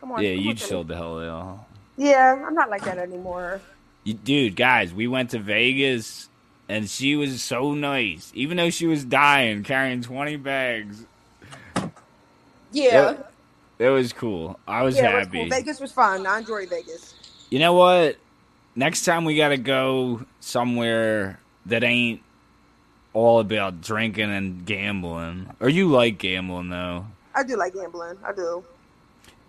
[SPEAKER 2] Come on,
[SPEAKER 1] Yeah,
[SPEAKER 2] come
[SPEAKER 1] you
[SPEAKER 2] on, Timmy.
[SPEAKER 1] chilled the hell out.
[SPEAKER 2] Yeah, I'm not like that anymore.
[SPEAKER 1] You, dude, guys, we went to Vegas and she was so nice, even though she was dying, carrying 20 bags.
[SPEAKER 2] Yeah,
[SPEAKER 1] It was cool. I was
[SPEAKER 2] yeah, it was
[SPEAKER 1] happy.
[SPEAKER 2] cool. Vegas was fun. I enjoyed Vegas.
[SPEAKER 1] You know what? Next time we gotta go somewhere that ain't all about drinking and gambling. Or you like gambling though.
[SPEAKER 2] I do like gambling. I do.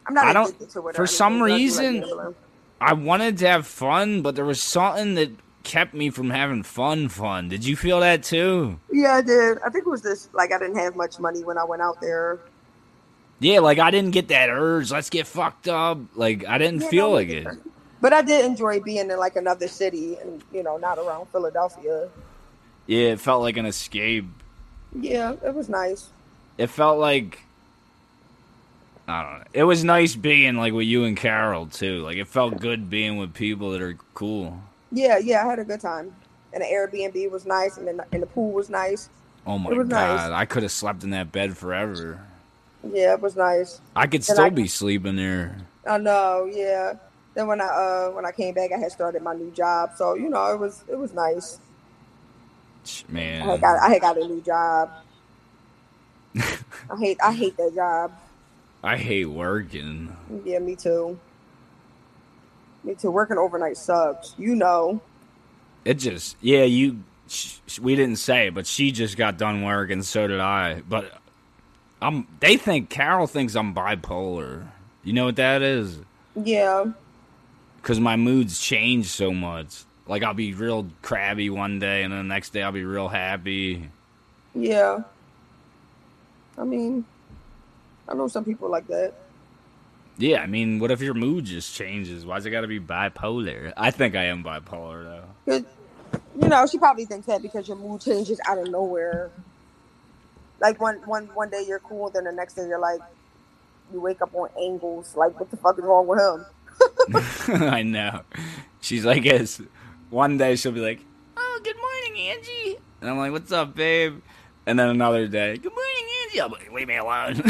[SPEAKER 2] I'm not
[SPEAKER 1] I don't-
[SPEAKER 2] addicted to it. or
[SPEAKER 1] for some
[SPEAKER 2] anything, but I do
[SPEAKER 1] reason-
[SPEAKER 2] like gambling.
[SPEAKER 1] I wanted to have fun, but there was something that kept me from having fun fun. Did you feel that too?
[SPEAKER 2] yeah, I did. I think it was this. Like, I didn't have much money when I went out there.
[SPEAKER 1] Yeah, like I didn't get that urge. Let's get fucked up. Like I didn't
[SPEAKER 2] Yeah,
[SPEAKER 1] feel
[SPEAKER 2] no,
[SPEAKER 1] like
[SPEAKER 2] me
[SPEAKER 1] it.
[SPEAKER 2] neither. But I did enjoy being in like another city and you know not around Philadelphia.
[SPEAKER 1] Yeah, it felt like an escape.
[SPEAKER 2] Yeah, it was nice.
[SPEAKER 1] It felt like I don't know. It was nice being like with you and Carol too. Like it felt good being with people that are cool.
[SPEAKER 2] Yeah, yeah, I had a good time. And the Airbnb was nice, and the, and the pool was nice.
[SPEAKER 1] Oh my
[SPEAKER 2] It
[SPEAKER 1] god,
[SPEAKER 2] was nice.
[SPEAKER 1] I could have slept in that bed forever.
[SPEAKER 2] Yeah, it was nice.
[SPEAKER 1] I could
[SPEAKER 2] And
[SPEAKER 1] still
[SPEAKER 2] I-
[SPEAKER 1] be sleeping there.
[SPEAKER 2] I know, yeah. Then when I uh when I came back, I had started my new job, so you know it was it was nice.
[SPEAKER 1] Ch-
[SPEAKER 2] I had
[SPEAKER 1] Man,
[SPEAKER 2] got I had got a new job. I hate I hate that job.
[SPEAKER 1] I hate working.
[SPEAKER 2] Yeah, me too. Me too. Working overnight sucks. You know.
[SPEAKER 1] It just yeah, you sh- sh- we didn't say, it, but she just got done work and so did I. But I'm they think Carol thinks I'm bipolar. You know what that is?
[SPEAKER 2] Yeah.
[SPEAKER 1] Cuz my moods change so much. Like I'll be real crabby one day and then the next day I'll be real happy.
[SPEAKER 2] Yeah. I mean, I know some people like that.
[SPEAKER 1] Yeah, I mean, what if your mood just changes? Why's it got to be bipolar? I think I am bipolar though.
[SPEAKER 2] 'Cause, you know, she probably thinks that because your mood changes out of nowhere. Like one one one day you're cool, then the next day you're like, you wake up on angles. Like, what the fuck is wrong with him?
[SPEAKER 1] I know. She's like, yes. One day she'll be like, "Oh, good morning, Angie," and I'm like, "What's up, babe?" And then another day, "Good morning, Angie." I'm like, "Leave me alone."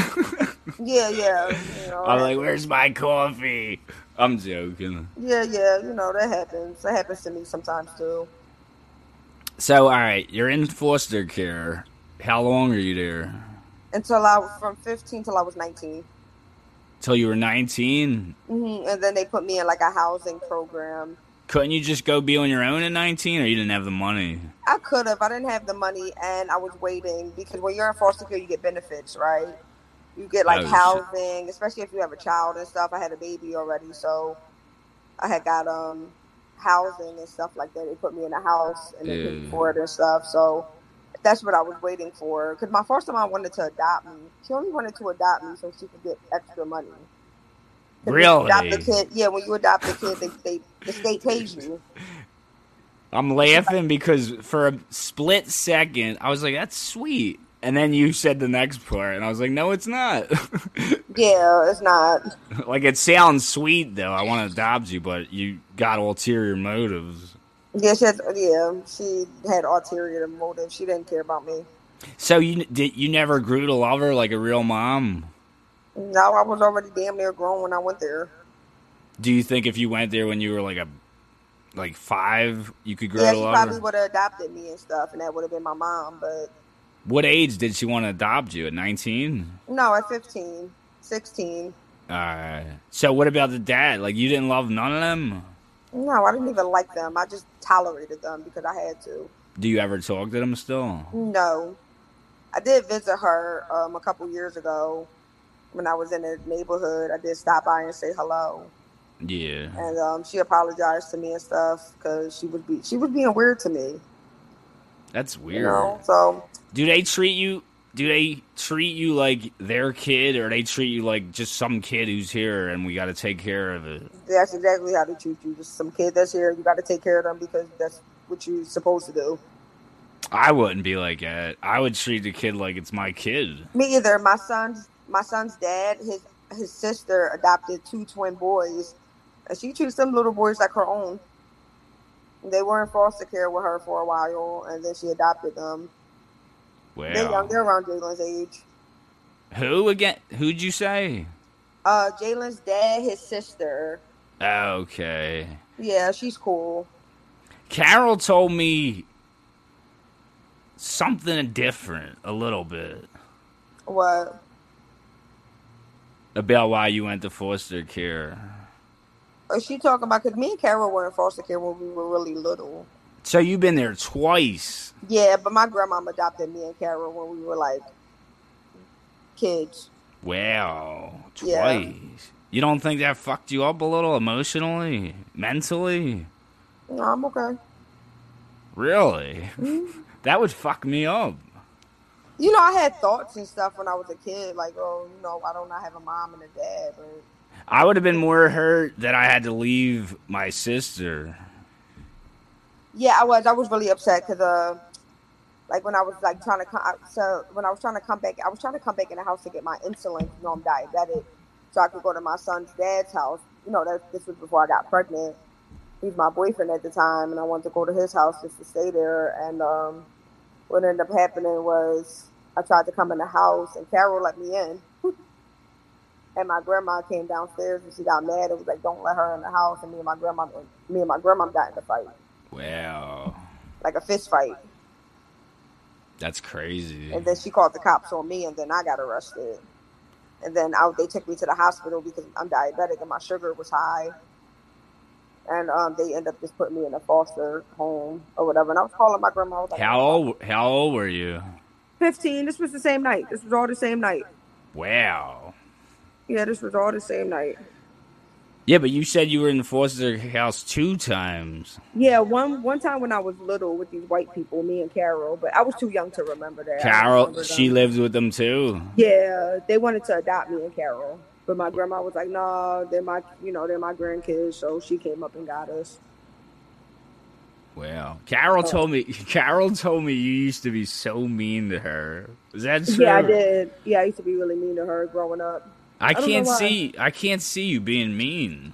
[SPEAKER 2] Yeah, yeah. You know,
[SPEAKER 1] I'm like, "Where's my coffee?" I'm joking.
[SPEAKER 2] yeah, yeah. You know that happens. That happens to me sometimes too.
[SPEAKER 1] So, all right, you're in foster care. How long are you there?
[SPEAKER 2] Until I was from 15 till I was 19,
[SPEAKER 1] Till you were 19?
[SPEAKER 2] hmm and then they put me in like a housing program.
[SPEAKER 1] Couldn't you just go be on your own at 19, or you didn't have the money?
[SPEAKER 2] I could have. I didn't have the money, and I was waiting because when you're in foster care, you get benefits, right? You get like
[SPEAKER 1] Oh, shit.
[SPEAKER 2] housing, especially if you have a child and stuff. I had a baby already, so I had got um housing and stuff like that. They put me in a house and they
[SPEAKER 1] Yeah.
[SPEAKER 2] paid for it and stuff. So that's what I was waiting for because my foster mom wanted to adopt me. She only wanted to adopt me so she could get extra money. 'Cause when you Adopt the
[SPEAKER 1] Really?
[SPEAKER 2] kid, yeah. When you adopt the kid, they, they the state pays you.
[SPEAKER 1] I'm laughing because for a split second, I was like, "That's sweet." And then you said the next part, and I was like, no, it's not.
[SPEAKER 2] Yeah, it's not.
[SPEAKER 1] like, it sounds sweet, though. I want to adopt you, but you got ulterior motives.
[SPEAKER 2] Yeah, she had, yeah, she had ulterior motive. She didn't care about me.
[SPEAKER 1] So you did you never grew to love her like a real mom?
[SPEAKER 2] No, I was already damn near grown when I went there.
[SPEAKER 1] Do you think if you went there when you were like a like five, you could grow
[SPEAKER 2] yeah,
[SPEAKER 1] to
[SPEAKER 2] she
[SPEAKER 1] love
[SPEAKER 2] probably
[SPEAKER 1] her?
[SPEAKER 2] would have adopted me and stuff, and that would have been my mom. But
[SPEAKER 1] What age did she want to adopt you? At nineteen?
[SPEAKER 2] no, at 15, 16,
[SPEAKER 1] Alright. Uh, So what about the dad? Like you didn't love none of them?
[SPEAKER 2] no, I didn't even like them. I just tolerated them because I had to.
[SPEAKER 1] Do you ever talk to them still?
[SPEAKER 2] No, I did visit her um, a couple years ago when I was in the neighborhood. I did stop by and say hello,
[SPEAKER 1] Yeah.
[SPEAKER 2] and um, she apologized to me and stuff because she would be she was being weird to me.
[SPEAKER 1] That's
[SPEAKER 2] You
[SPEAKER 1] weird.
[SPEAKER 2] know, so
[SPEAKER 1] Do they treat you do they treat you like their kid or they treat you like just some kid who's here and we gotta take care of it?
[SPEAKER 2] that's exactly how they treat you. Just some kid that's here, you got to take care of them because that's what you're supposed to do.
[SPEAKER 1] I wouldn't be like that. I would treat the kid like it's my kid.
[SPEAKER 2] Me either. My son's my son's dad, his his sister adopted two twin boys, and she treats them little boys like her own. They were in foster care with her for a while, and then she adopted them. They're young.
[SPEAKER 1] Wow.
[SPEAKER 2] They're around Jalen's age.
[SPEAKER 1] Who again? Who'd you say?
[SPEAKER 2] Uh, Jalen's dad, his sister.
[SPEAKER 1] Okay.
[SPEAKER 2] Yeah, she's cool.
[SPEAKER 1] Carol told me something different a little bit
[SPEAKER 2] What?
[SPEAKER 1] about why you went to foster care.
[SPEAKER 2] Is uh, she talking about? Because me and Carol were in foster care when we were really little.
[SPEAKER 1] So you've been there twice.
[SPEAKER 2] Yeah, but my grandma adopted me and Carol when we were like kids.
[SPEAKER 1] Wow. Twice.
[SPEAKER 2] Yeah.
[SPEAKER 1] You don't think that fucked you up a little emotionally, mentally?
[SPEAKER 2] No, I'm okay.
[SPEAKER 1] Really?
[SPEAKER 2] Mm-hmm.
[SPEAKER 1] that would fuck me up.
[SPEAKER 2] You know, I had thoughts and stuff when I was a kid, like, oh, you know, why don't I have a mom and a dad? But
[SPEAKER 1] I would have been more hurt that I had to leave my sister.
[SPEAKER 2] yeah, I was. I was really upset because, uh, like, when I was like trying to come, I- so when I was trying to come back, I was trying to come back in the house to get my insulin. You know, I'm diabetic, so I could go to my son's dad's house. You know, that this was before I got pregnant. He's my boyfriend at the time, and I wanted to go to his house just to stay there. And um, what ended up happening was I tried to come in the house, and Carol let me in. And my grandma came downstairs and she got mad. It was like, don't let her in the house. And me and my grandma, me and my grandma got in a fight,
[SPEAKER 1] Wow.
[SPEAKER 2] like a fist fight.
[SPEAKER 1] That's crazy.
[SPEAKER 2] And then she called the cops on me, and then I got arrested. And then I, they took me to the hospital because I'm diabetic and my sugar was high. And um, they end up just putting me in a foster home or whatever. And I was calling my grandma. I was like,
[SPEAKER 1] How old? How old were you?
[SPEAKER 2] 15. This was the same night. This was all the same night.
[SPEAKER 1] Wow.
[SPEAKER 2] Yeah, this was all the same night.
[SPEAKER 1] Yeah, but you said you were in the foster house two times.
[SPEAKER 2] Yeah, one one time when I was little with these white people, me and Carol, but I was too young to remember that. I don't
[SPEAKER 1] Carol,
[SPEAKER 2] remember them.
[SPEAKER 1] she lived with them too.
[SPEAKER 2] Yeah, they wanted to adopt me and Carol, but my grandma was like, "No, they're my, you know, they're my grandkids." So she came up and got us.
[SPEAKER 1] Wow. Carol
[SPEAKER 2] Oh.
[SPEAKER 1] told me. Carol told me you used to be so mean to her. Is that true?
[SPEAKER 2] Yeah, I did. Yeah, I used to be really mean to her growing up.
[SPEAKER 1] I
[SPEAKER 2] don't know
[SPEAKER 1] can't
[SPEAKER 2] why.
[SPEAKER 1] see. I can't see you being mean.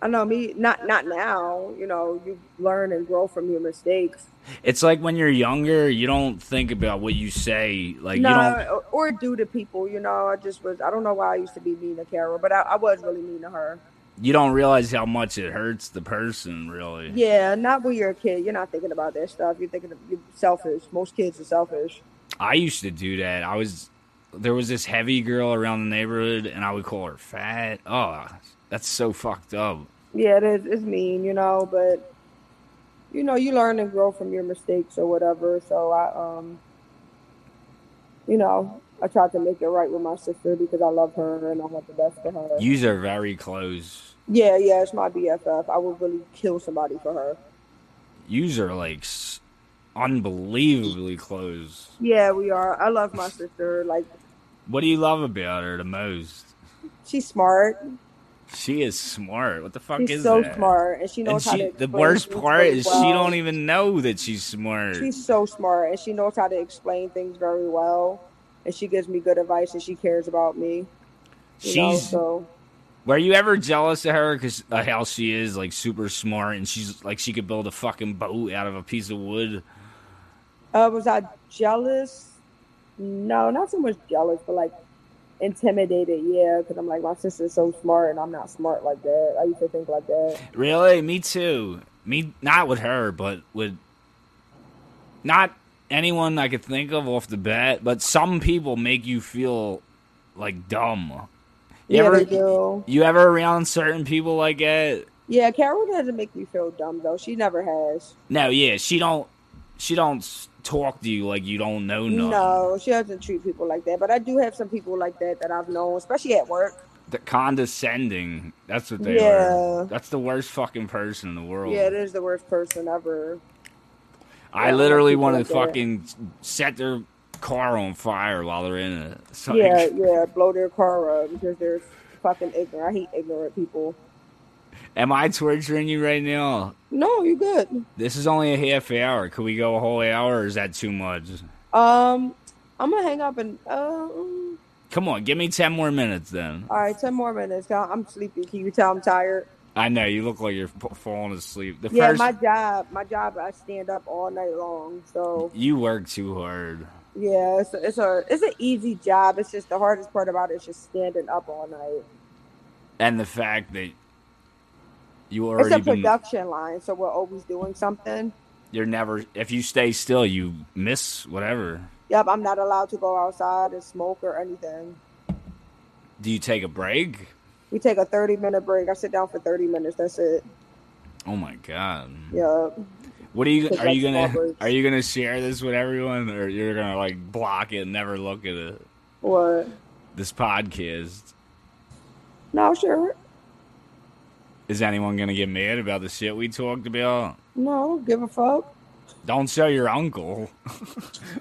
[SPEAKER 2] I know me, not not now. You know, you learn and grow from your mistakes.
[SPEAKER 1] It's like when you're younger, you don't think about what you say. Like you
[SPEAKER 2] no,
[SPEAKER 1] don't.
[SPEAKER 2] or, or due to people. You know, I just was. I don't know why I used to be mean to Carol, but I, I was really mean to her.
[SPEAKER 1] You don't realize how much it hurts the person. Really.
[SPEAKER 2] Yeah, not when you're a kid. You're not thinking about that stuff. You're thinking of, you're selfish. Most kids are selfish.
[SPEAKER 1] I used to do that. I was there was this heavy girl around the neighborhood, and I would call her fat. Oh, that's so fucked up.
[SPEAKER 2] Yeah, it is. It's mean, you know, but you know, you learn and grow from your mistakes or whatever. So I, um, you know, I tried to make it right with my sister because I love her and I want the best for her.
[SPEAKER 1] Yous are very close.
[SPEAKER 2] yeah, yeah, it's my BFF. I would really kill somebody for her.
[SPEAKER 1] Yous are like s- unbelievably close.
[SPEAKER 2] Yeah, we are. I love my sister. Like
[SPEAKER 1] What do you love about her the most?
[SPEAKER 2] she's smart.
[SPEAKER 1] She is smart. What the fuck
[SPEAKER 2] She's
[SPEAKER 1] is
[SPEAKER 2] so
[SPEAKER 1] that?
[SPEAKER 2] smart, and she
[SPEAKER 1] And
[SPEAKER 2] knows how
[SPEAKER 1] she,
[SPEAKER 2] to.
[SPEAKER 1] the
[SPEAKER 2] explain
[SPEAKER 1] worst
[SPEAKER 2] things
[SPEAKER 1] part
[SPEAKER 2] very
[SPEAKER 1] is she
[SPEAKER 2] well.
[SPEAKER 1] don't even know that she's smart.
[SPEAKER 2] She's so smart, and she knows how to explain things very well, and she gives me good advice, and she cares about me. You know,
[SPEAKER 1] She's
[SPEAKER 2] so
[SPEAKER 1] Were you ever jealous of her because uh, how she is like super smart and she's like she could build a fucking boat out of a piece of wood?
[SPEAKER 2] uh, was I jealous? No, not so much jealous, but like intimidated. Yeah, because I'm like my sister's so smart, and I'm not smart like that. I used to think like that.
[SPEAKER 1] Really? Me too. Me not with her, but with not anyone I could think of off the bat. But some people make you feel like dumb. You
[SPEAKER 2] Yeah,
[SPEAKER 1] ever
[SPEAKER 2] they do.
[SPEAKER 1] you ever around certain people like that?
[SPEAKER 2] Yeah, Carol doesn't make me feel dumb though. She never has.
[SPEAKER 1] No, yeah, she don't she don't s- talk to you like you don't know nothing.
[SPEAKER 2] No, she doesn't treat people like that. But I do have some people like that that I've known, especially at work.
[SPEAKER 1] The condescending. That's what they
[SPEAKER 2] Yeah.
[SPEAKER 1] are. That's the worst fucking person in the world.
[SPEAKER 2] Yeah, it is the worst person ever.
[SPEAKER 1] I
[SPEAKER 2] Yeah,
[SPEAKER 1] literally
[SPEAKER 2] people
[SPEAKER 1] want to
[SPEAKER 2] like that.
[SPEAKER 1] fucking set their car on fire while they're in it. It's like-
[SPEAKER 2] Yeah, yeah, blow their car up because they're fucking ignorant. I hate ignorant people.
[SPEAKER 1] Am I torturing you right now?
[SPEAKER 2] No, you good.
[SPEAKER 1] This is only a half hour. Could we go a whole hour or is that too much?
[SPEAKER 2] Um, I'm gonna hang up and um.
[SPEAKER 1] Come on, give me 10 more minutes then.
[SPEAKER 2] All right, ten more minutes. I- I'm sleepy. Can you tell I'm tired?
[SPEAKER 1] I know, you look like you're f- falling asleep. The
[SPEAKER 2] Yeah,
[SPEAKER 1] first,
[SPEAKER 2] my job, my job. I stand up all night long, so
[SPEAKER 1] you work too hard.
[SPEAKER 2] Yeah, it's a, it's a it's an easy job. It's just the hardest part about it is just standing up all night.
[SPEAKER 1] And the fact that you
[SPEAKER 2] It's
[SPEAKER 1] already
[SPEAKER 2] a
[SPEAKER 1] been,
[SPEAKER 2] production line, so we're always doing something.
[SPEAKER 1] you're never, if you stay still, you miss whatever.
[SPEAKER 2] Yep, I'm not allowed to go outside and smoke or anything.
[SPEAKER 1] Do you take a break?
[SPEAKER 2] We take a 30 minute break. I sit down for 30 minutes. That's it.
[SPEAKER 1] Oh my God.
[SPEAKER 2] Yep.
[SPEAKER 1] What are you
[SPEAKER 2] Take,
[SPEAKER 1] are
[SPEAKER 2] like,
[SPEAKER 1] you
[SPEAKER 2] small
[SPEAKER 1] gonna
[SPEAKER 2] breaks.
[SPEAKER 1] are you gonna share this with everyone or you're gonna like block it and never look at it?
[SPEAKER 2] What?
[SPEAKER 1] This podcast.
[SPEAKER 2] No, sure.
[SPEAKER 1] Is anyone gonna get mad about the shit we talked about?
[SPEAKER 2] No, I don't give a fuck.
[SPEAKER 1] Don't show your uncle.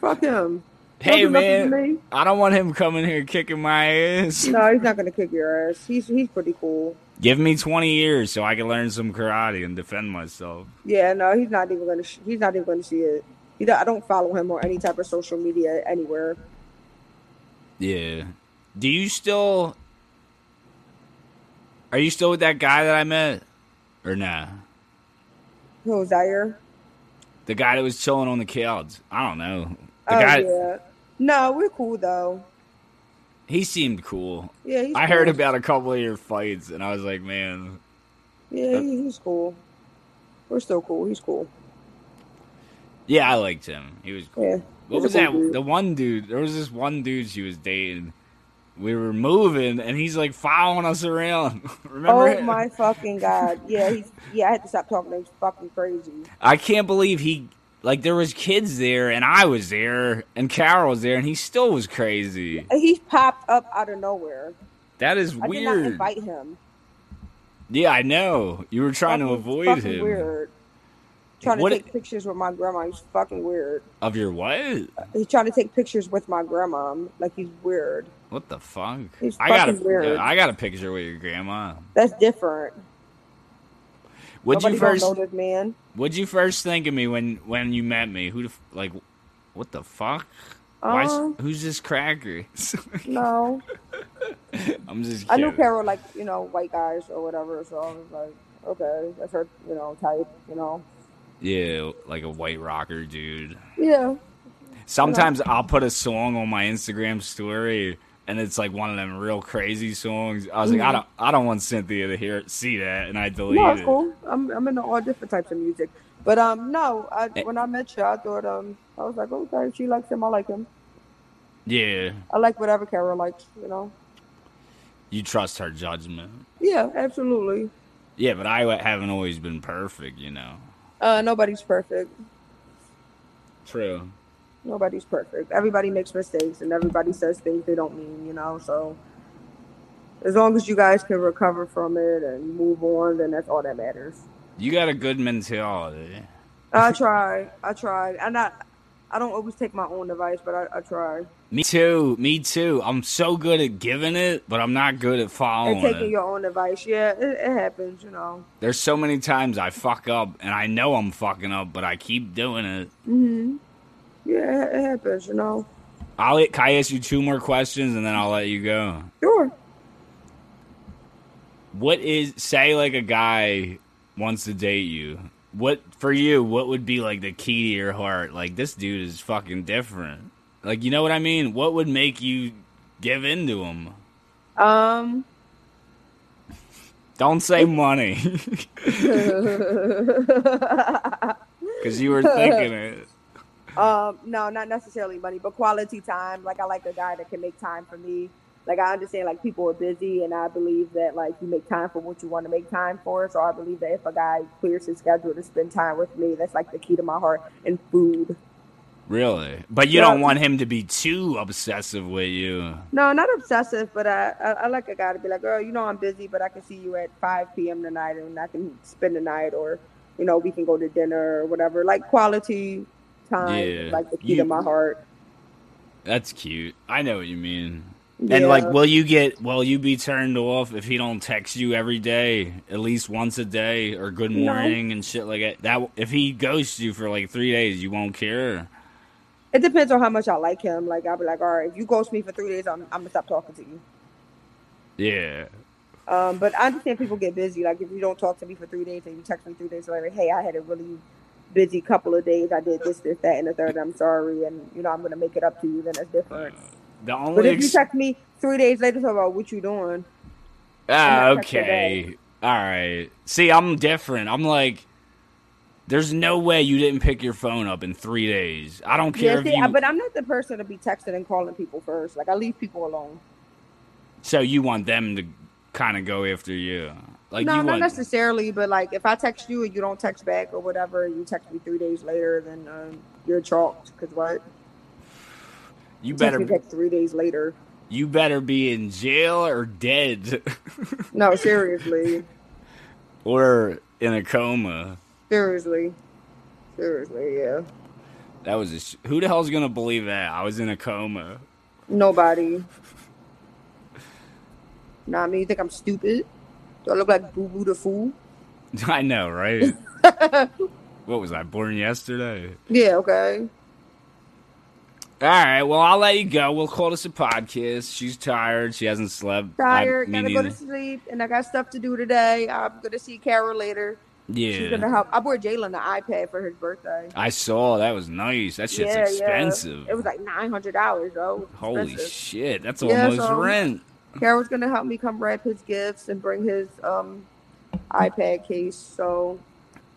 [SPEAKER 2] Fuck him. Don't
[SPEAKER 1] Hey
[SPEAKER 2] do nothing to
[SPEAKER 1] man,
[SPEAKER 2] me.
[SPEAKER 1] I don't want him coming here kicking my ass.
[SPEAKER 2] No, he's not gonna kick your ass. He's he's pretty cool.
[SPEAKER 1] Give me twenty years so I can learn some karate and defend myself.
[SPEAKER 2] Yeah, no, he's not even gonna sh- he's not even gonna see it. You know, I don't follow him on any type of social media anywhere.
[SPEAKER 1] Yeah. Do you still Are you still with that guy that I met? Or nah?
[SPEAKER 2] Who's Zaire?
[SPEAKER 1] The guy that was chilling on the couch. I don't know. The
[SPEAKER 2] oh
[SPEAKER 1] guy
[SPEAKER 2] yeah. No, we're cool though.
[SPEAKER 1] He seemed cool.
[SPEAKER 2] Yeah, he's
[SPEAKER 1] I heard
[SPEAKER 2] cool.
[SPEAKER 1] about a couple of your fights, and I was like, man,
[SPEAKER 2] Yeah, he, he's cool. We're still cool. He's cool.
[SPEAKER 1] yeah, I liked him. He was cool.
[SPEAKER 2] Yeah.
[SPEAKER 1] What was
[SPEAKER 2] He's a
[SPEAKER 1] that?
[SPEAKER 2] cool dude.
[SPEAKER 1] The one dude. There was this one dude she was dating. We were moving, and he's like following us around. Remember?
[SPEAKER 2] Oh
[SPEAKER 1] him?
[SPEAKER 2] my fucking god. Yeah, he's yeah, I had to stop talking to him. He's fucking crazy.
[SPEAKER 1] I can't believe he. Like there was kids there, and I was there, and Carol was there, and he still was crazy.
[SPEAKER 2] And He popped up out of nowhere.
[SPEAKER 1] That is
[SPEAKER 2] I did not
[SPEAKER 1] weird.
[SPEAKER 2] invite him.
[SPEAKER 1] Yeah, I know. You were trying to
[SPEAKER 2] Fucking-
[SPEAKER 1] avoid
[SPEAKER 2] fucking
[SPEAKER 1] him
[SPEAKER 2] Weird. Trying
[SPEAKER 1] What-
[SPEAKER 2] to take pictures with my grandma. He's fucking weird.
[SPEAKER 1] of your what?
[SPEAKER 2] He's trying to take pictures with my grandma. Like he's weird.
[SPEAKER 1] What the fuck?
[SPEAKER 2] He's
[SPEAKER 1] I got a,
[SPEAKER 2] fucking weird.
[SPEAKER 1] I got a picture with your grandma.
[SPEAKER 2] That's different.
[SPEAKER 1] Would
[SPEAKER 2] Nobody
[SPEAKER 1] you first?
[SPEAKER 2] don't know this man.
[SPEAKER 1] What'd you first think of me when when you met me? Who the f- like? What the fuck? Why's,
[SPEAKER 2] Um,
[SPEAKER 1] who's this cracker?
[SPEAKER 2] no.
[SPEAKER 1] I'm just. Kidding.
[SPEAKER 2] I knew Carol like you know white guys or whatever, so I was like, okay, that's her you know type, you know.
[SPEAKER 1] Yeah, like a white rocker dude.
[SPEAKER 2] Yeah.
[SPEAKER 1] Sometimes I'll put a song on my Instagram story, and it's like one of them real crazy songs. I was like, I don't, I don't want Cynthia to hear see that, and I delete
[SPEAKER 2] Mm-hmm. No, it's
[SPEAKER 1] it.
[SPEAKER 2] cool. I'm I'm into all different types of music, but um no, I,
[SPEAKER 1] Eh.
[SPEAKER 2] when I met you, I thought um I was like, okay, she likes him, I like him,
[SPEAKER 1] Yeah,
[SPEAKER 2] I like whatever Carol likes, you know.
[SPEAKER 1] you trust her judgment.
[SPEAKER 2] Yeah, absolutely.
[SPEAKER 1] Yeah, but I haven't always been perfect, you know.
[SPEAKER 2] Uh, nobody's perfect.
[SPEAKER 1] True.
[SPEAKER 2] Nobody's perfect. Everybody makes mistakes, and everybody says things they don't mean, you know. So as long as you guys can recover from it and move on, then that's all that matters.
[SPEAKER 1] You got a good mentality.
[SPEAKER 2] I try. I try. And I I don't always take my own advice, but I, I try.
[SPEAKER 1] Me too. Me too. I'm so good at giving it, but I'm not good at following
[SPEAKER 2] And taking
[SPEAKER 1] it.
[SPEAKER 2] your own advice, yeah, it, it happens, you know.
[SPEAKER 1] There's so many times I fuck up, and I know I'm fucking up, but I keep doing it.
[SPEAKER 2] hmm Yeah, it, it happens, you know.
[SPEAKER 1] I'll let Kai ask you two more questions, and then I'll let you go.
[SPEAKER 2] Sure.
[SPEAKER 1] What is say like a guy wants to date you? What for you? What would be like the key to your heart? Like this dude is fucking different. Like you know what I mean? What would make you give in to him?
[SPEAKER 2] Um,
[SPEAKER 1] Don't say money because you were thinking it.
[SPEAKER 2] Um, no, not necessarily money, but quality time. Like I like a guy that can make time for me. Like I understand like people are busy and I believe that like you make time for what you want to make time for. So I believe that if a guy clears his schedule to spend time with me, that's like the key to my heart and food.
[SPEAKER 1] Really, but you
[SPEAKER 2] Yeah.
[SPEAKER 1] don't want him to be too obsessive with you.
[SPEAKER 2] No, not obsessive, but I, I, I like a guy to be like, Oh, you know I'm busy, but I can see you at five PM tonight and I can spend the night or you know, we can go to dinner or whatever. Like quality time
[SPEAKER 1] Yeah.
[SPEAKER 2] is like the key
[SPEAKER 1] You-
[SPEAKER 2] to my heart.
[SPEAKER 1] That's cute. I know what you mean. And
[SPEAKER 2] Yeah.
[SPEAKER 1] like, will you get? Will you be turned off if he don't text you every day, at least once a day, or good
[SPEAKER 2] No.
[SPEAKER 1] morning and shit like that? That if he ghosts you for like three days, you won't care.
[SPEAKER 2] It depends on how much I like him. Like I'll be like, all right, if you ghost me for three days, I'm, I'm gonna stop talking to you.
[SPEAKER 1] Yeah,
[SPEAKER 2] Um, but I understand people get busy. Like if you don't talk to me for three days and you text me three days later, hey, I had a really busy couple of days. I did this, this, that, and the third. I'm sorry, and you know I'm gonna make it up to you. Then it's different.
[SPEAKER 1] the
[SPEAKER 2] But
[SPEAKER 1] only
[SPEAKER 2] if you
[SPEAKER 1] Uh, ex-
[SPEAKER 2] text me three days later, talk about what you doing.
[SPEAKER 1] ah,
[SPEAKER 2] not text
[SPEAKER 1] okay, all right. See, I'm different. I'm like, there's no way you didn't pick your phone up in three days. I don't care
[SPEAKER 2] Yeah,
[SPEAKER 1] if
[SPEAKER 2] see, I-
[SPEAKER 1] you.
[SPEAKER 2] but I'm not the person to be texting and calling people first. Like I leave people alone.
[SPEAKER 1] so you want them to kind of go after you, like you
[SPEAKER 2] no, not
[SPEAKER 1] want.
[SPEAKER 2] necessarily. But like if I text you and you don't text back or whatever, you text me three days later, then um, you're chalked. Cause what?
[SPEAKER 1] you better.
[SPEAKER 2] Better me back three days later.
[SPEAKER 1] You better be in jail or dead
[SPEAKER 2] No, seriously,
[SPEAKER 1] or in a coma.
[SPEAKER 2] seriously, seriously, yeah.
[SPEAKER 1] That was a sh- who the hell's gonna believe that I was in a coma?
[SPEAKER 2] Nobody. Nah, I mean, you think I'm stupid? Do I look like Boo Boo the fool?
[SPEAKER 1] I know, right? what was I born yesterday?
[SPEAKER 2] Yeah, okay.
[SPEAKER 1] All right, well I'll let you go. We'll call this a podcast. She's tired. She hasn't slept.
[SPEAKER 2] Tired,
[SPEAKER 1] I, me
[SPEAKER 2] gotta go to
[SPEAKER 1] neither.
[SPEAKER 2] sleep, and I got stuff to do today. I'm gonna see Carol later. She's
[SPEAKER 1] Yeah,
[SPEAKER 2] gonna help. I bought Jalen an iPad for his birthday.
[SPEAKER 1] I saw that was nice. That shit's expensive.
[SPEAKER 2] It was like nine hundred dollars though. It was
[SPEAKER 1] Holy
[SPEAKER 2] expensive.
[SPEAKER 1] shit, that's
[SPEAKER 2] Yeah,
[SPEAKER 1] almost
[SPEAKER 2] so-
[SPEAKER 1] rent.
[SPEAKER 2] Carol's gonna help me come wrap his gifts and bring his um iPad case. So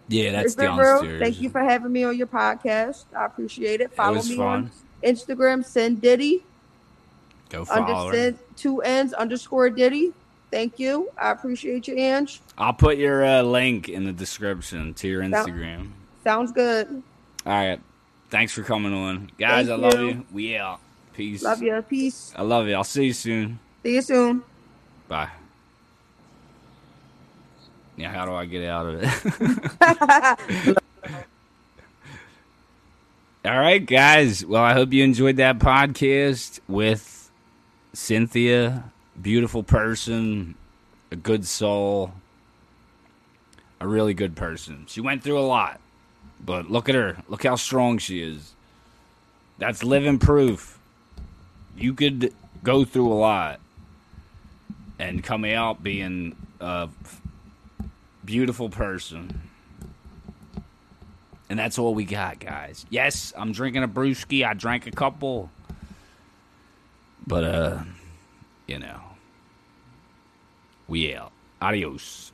[SPEAKER 1] Yeah, that's
[SPEAKER 2] Rick
[SPEAKER 1] downstairs.
[SPEAKER 2] Rubro, Thank you for having me on your podcast. I appreciate it. Follow
[SPEAKER 1] was
[SPEAKER 2] me
[SPEAKER 1] fun.
[SPEAKER 2] on Instagram, send Diddy
[SPEAKER 1] Go follow
[SPEAKER 2] under
[SPEAKER 1] her.
[SPEAKER 2] send two ends underscore Diddy. Thank you. I appreciate you, Ange.
[SPEAKER 1] I'll put your uh, link in the description to your
[SPEAKER 2] Sound-
[SPEAKER 1] Instagram.
[SPEAKER 2] Sounds good.
[SPEAKER 1] All right. Thanks for coming on. Guys,
[SPEAKER 2] Thank
[SPEAKER 1] I love
[SPEAKER 2] you.
[SPEAKER 1] you. We out. Peace.
[SPEAKER 2] Love you. Peace.
[SPEAKER 1] I love you. I'll see you soon.
[SPEAKER 2] See you soon.
[SPEAKER 1] Bye. Yeah, how do I get out of it? All right, guys. Well, I hope you enjoyed that podcast with Cynthia. Beautiful person, a good soul, a really good person. She went through a lot, but look at her. Look how strong she is. That's living proof. You could go through a lot and come out being a f- beautiful person. And that's all we got, guys. Yes, I'm drinking a brewski. I drank a couple. But, uh, you know, we out. Adios.